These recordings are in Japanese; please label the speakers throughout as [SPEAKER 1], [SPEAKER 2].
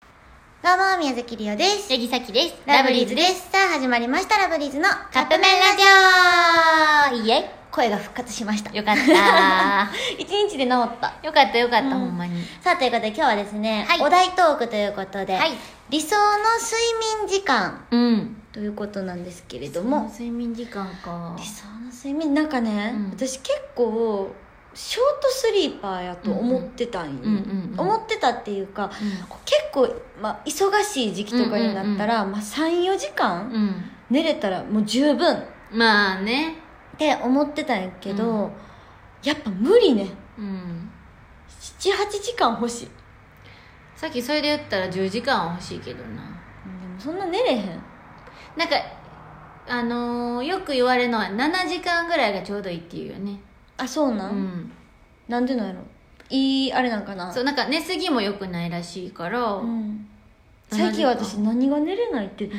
[SPEAKER 1] どうも、宮崎りおです。
[SPEAKER 2] ヤギサキです。
[SPEAKER 1] ラブリーズです。さあ、始まりました、ラブリーズの
[SPEAKER 2] カップ麺ラジオイエイ
[SPEAKER 1] 声が復活しました。
[SPEAKER 2] よか った。
[SPEAKER 1] 一日で治った。
[SPEAKER 2] よかったよかった、
[SPEAKER 1] うん
[SPEAKER 2] ほんまに。
[SPEAKER 1] さあ、ということで今日はですね、
[SPEAKER 2] はい
[SPEAKER 1] お題トークということで、
[SPEAKER 2] はい
[SPEAKER 1] 理想の睡眠時間
[SPEAKER 2] うん。
[SPEAKER 1] ということなんですけれど
[SPEAKER 2] もう
[SPEAKER 1] も、
[SPEAKER 2] 睡眠時間か
[SPEAKER 1] 理想の睡眠、なんかね、
[SPEAKER 2] うん
[SPEAKER 1] 私結構、ショートスリーパーやと思ってたんよ。
[SPEAKER 2] うんうんうん
[SPEAKER 1] 思ってたっていうか、結構、まあ、忙しい時期とかになったら、まあ、34時間、
[SPEAKER 2] うん。
[SPEAKER 1] 寝れたらもう十分っ
[SPEAKER 2] うん。まあね。
[SPEAKER 1] て思ってたんやけど、
[SPEAKER 2] うん
[SPEAKER 1] やっぱ無理ね
[SPEAKER 2] うん。
[SPEAKER 1] 78時間欲しい
[SPEAKER 2] さっきそれで言ったら10時間は欲しいけどな。
[SPEAKER 1] でもそんな寝れへん
[SPEAKER 2] なんか、あのー、よく言われるのは7時間ぐらいがちょうどいいっていうよね。
[SPEAKER 1] あそう
[SPEAKER 2] う
[SPEAKER 1] なん、
[SPEAKER 2] ん。
[SPEAKER 1] なんでなんやろいいあれなんかな
[SPEAKER 2] そう、なんか寝すぎも良くないらしいから、
[SPEAKER 1] うん、最近私何が寝れないって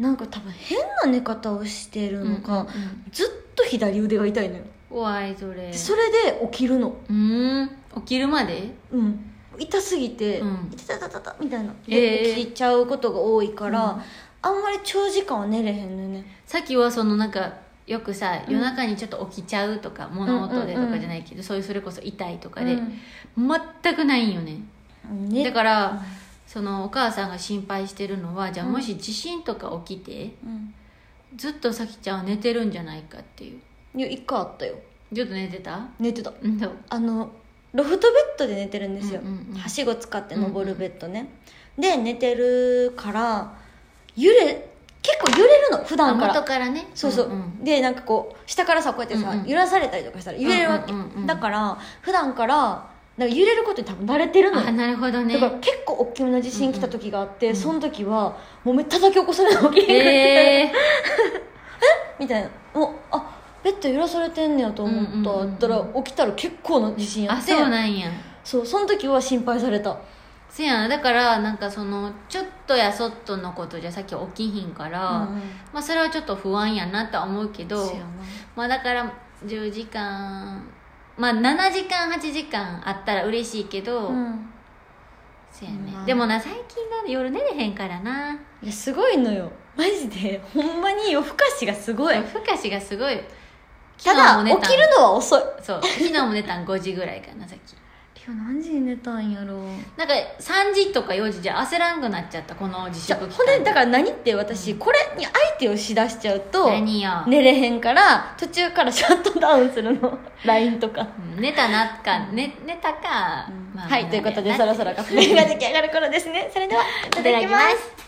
[SPEAKER 1] なんか多分変な寝方をしてるのか、
[SPEAKER 2] うん
[SPEAKER 1] ずっと左腕が痛いのよ、
[SPEAKER 2] 怖い、それ。
[SPEAKER 1] でそれで起きるの
[SPEAKER 2] うーん。起きるまで
[SPEAKER 1] うん痛すぎて、
[SPEAKER 2] うん
[SPEAKER 1] 痛たたたたみたいな、
[SPEAKER 2] え
[SPEAKER 1] で
[SPEAKER 2] え
[SPEAKER 1] 起きちゃうことが多いから、
[SPEAKER 2] うん
[SPEAKER 1] あんまり長時間は寝れへんのよね
[SPEAKER 2] さっきはそのなんかよくさ
[SPEAKER 1] うん
[SPEAKER 2] 夜中にちょっと起きちゃうとか、物音でとかじゃないけど、そういうそれこそ痛いとかで、
[SPEAKER 1] うん
[SPEAKER 2] 全くないんよね
[SPEAKER 1] ね
[SPEAKER 2] だから、そのお母さんが心配してるのはじゃあもし地震とか起きて、
[SPEAKER 1] うん
[SPEAKER 2] ずっとさきちゃんは寝てるんじゃないかっていう
[SPEAKER 1] いや一回あったよ
[SPEAKER 2] ちょっと寝てた
[SPEAKER 1] 寝てた
[SPEAKER 2] うんどう
[SPEAKER 1] あのロフトベッドで寝てるんですよ、
[SPEAKER 2] うんうんうん
[SPEAKER 1] はしご使って登るベッドね、で寝てるから揺れ結構揺れるの普段か
[SPEAKER 2] あ
[SPEAKER 1] ら
[SPEAKER 2] 元からね
[SPEAKER 1] そうそう、
[SPEAKER 2] んん
[SPEAKER 1] でなんかこう下からさこうやってさ、
[SPEAKER 2] うんうん
[SPEAKER 1] 揺らされたりとかしたら揺れるわけ、
[SPEAKER 2] うんうんうんうん
[SPEAKER 1] だから普段からなんか揺れることに多分慣れてるのよ、
[SPEAKER 2] あなるほどね
[SPEAKER 1] だから結構大きめの地震来た時があって、
[SPEAKER 2] うん
[SPEAKER 1] その時はもうめっちゃ叩き起こされるわけへんかって、
[SPEAKER 2] えー、
[SPEAKER 1] みたいなもうあベッド揺らされてんねやと思った、
[SPEAKER 2] うんうんうんうん
[SPEAKER 1] ったら起きたら結構な地震や
[SPEAKER 2] あ
[SPEAKER 1] って
[SPEAKER 2] そうなんや
[SPEAKER 1] そうその時は心配された
[SPEAKER 2] せやなだからなんかそのちょっとやそっとのことじゃさっき起きひんから、
[SPEAKER 1] うんうん
[SPEAKER 2] まあ、それはちょっと不安やなとは思うけど
[SPEAKER 1] せやな
[SPEAKER 2] まあだから10時間まあ7時間8時間あったら嬉しいけど、
[SPEAKER 1] うん
[SPEAKER 2] そうや
[SPEAKER 1] まあ
[SPEAKER 2] ねでもな最近な夜寝れへんからない
[SPEAKER 1] やすごいのよマジで ほんまに夜更かしがすごい
[SPEAKER 2] 夜更かしがすごい
[SPEAKER 1] た
[SPEAKER 2] 昨
[SPEAKER 1] だ
[SPEAKER 2] 日も寝
[SPEAKER 1] 起きるのは遅い
[SPEAKER 2] そう昨日も寝たん5時ぐらいかなさっき
[SPEAKER 1] 今日何時に寝たんやろう
[SPEAKER 2] なんか3時とか4時じゃ焦らんくなっちゃったこの自
[SPEAKER 1] じゃ
[SPEAKER 2] 粛期間
[SPEAKER 1] ほんでだから何って私これに相手をしだしちゃうと
[SPEAKER 2] 何よ、
[SPEAKER 1] 寝れへんから途中からシャットダウンする の LINE とか、
[SPEAKER 2] うん寝たなっか、ね、寝たか、まあ
[SPEAKER 1] はいということで
[SPEAKER 2] な
[SPEAKER 1] そろそろカップ麺が出来上がる頃ですねそれではいただきます
[SPEAKER 2] す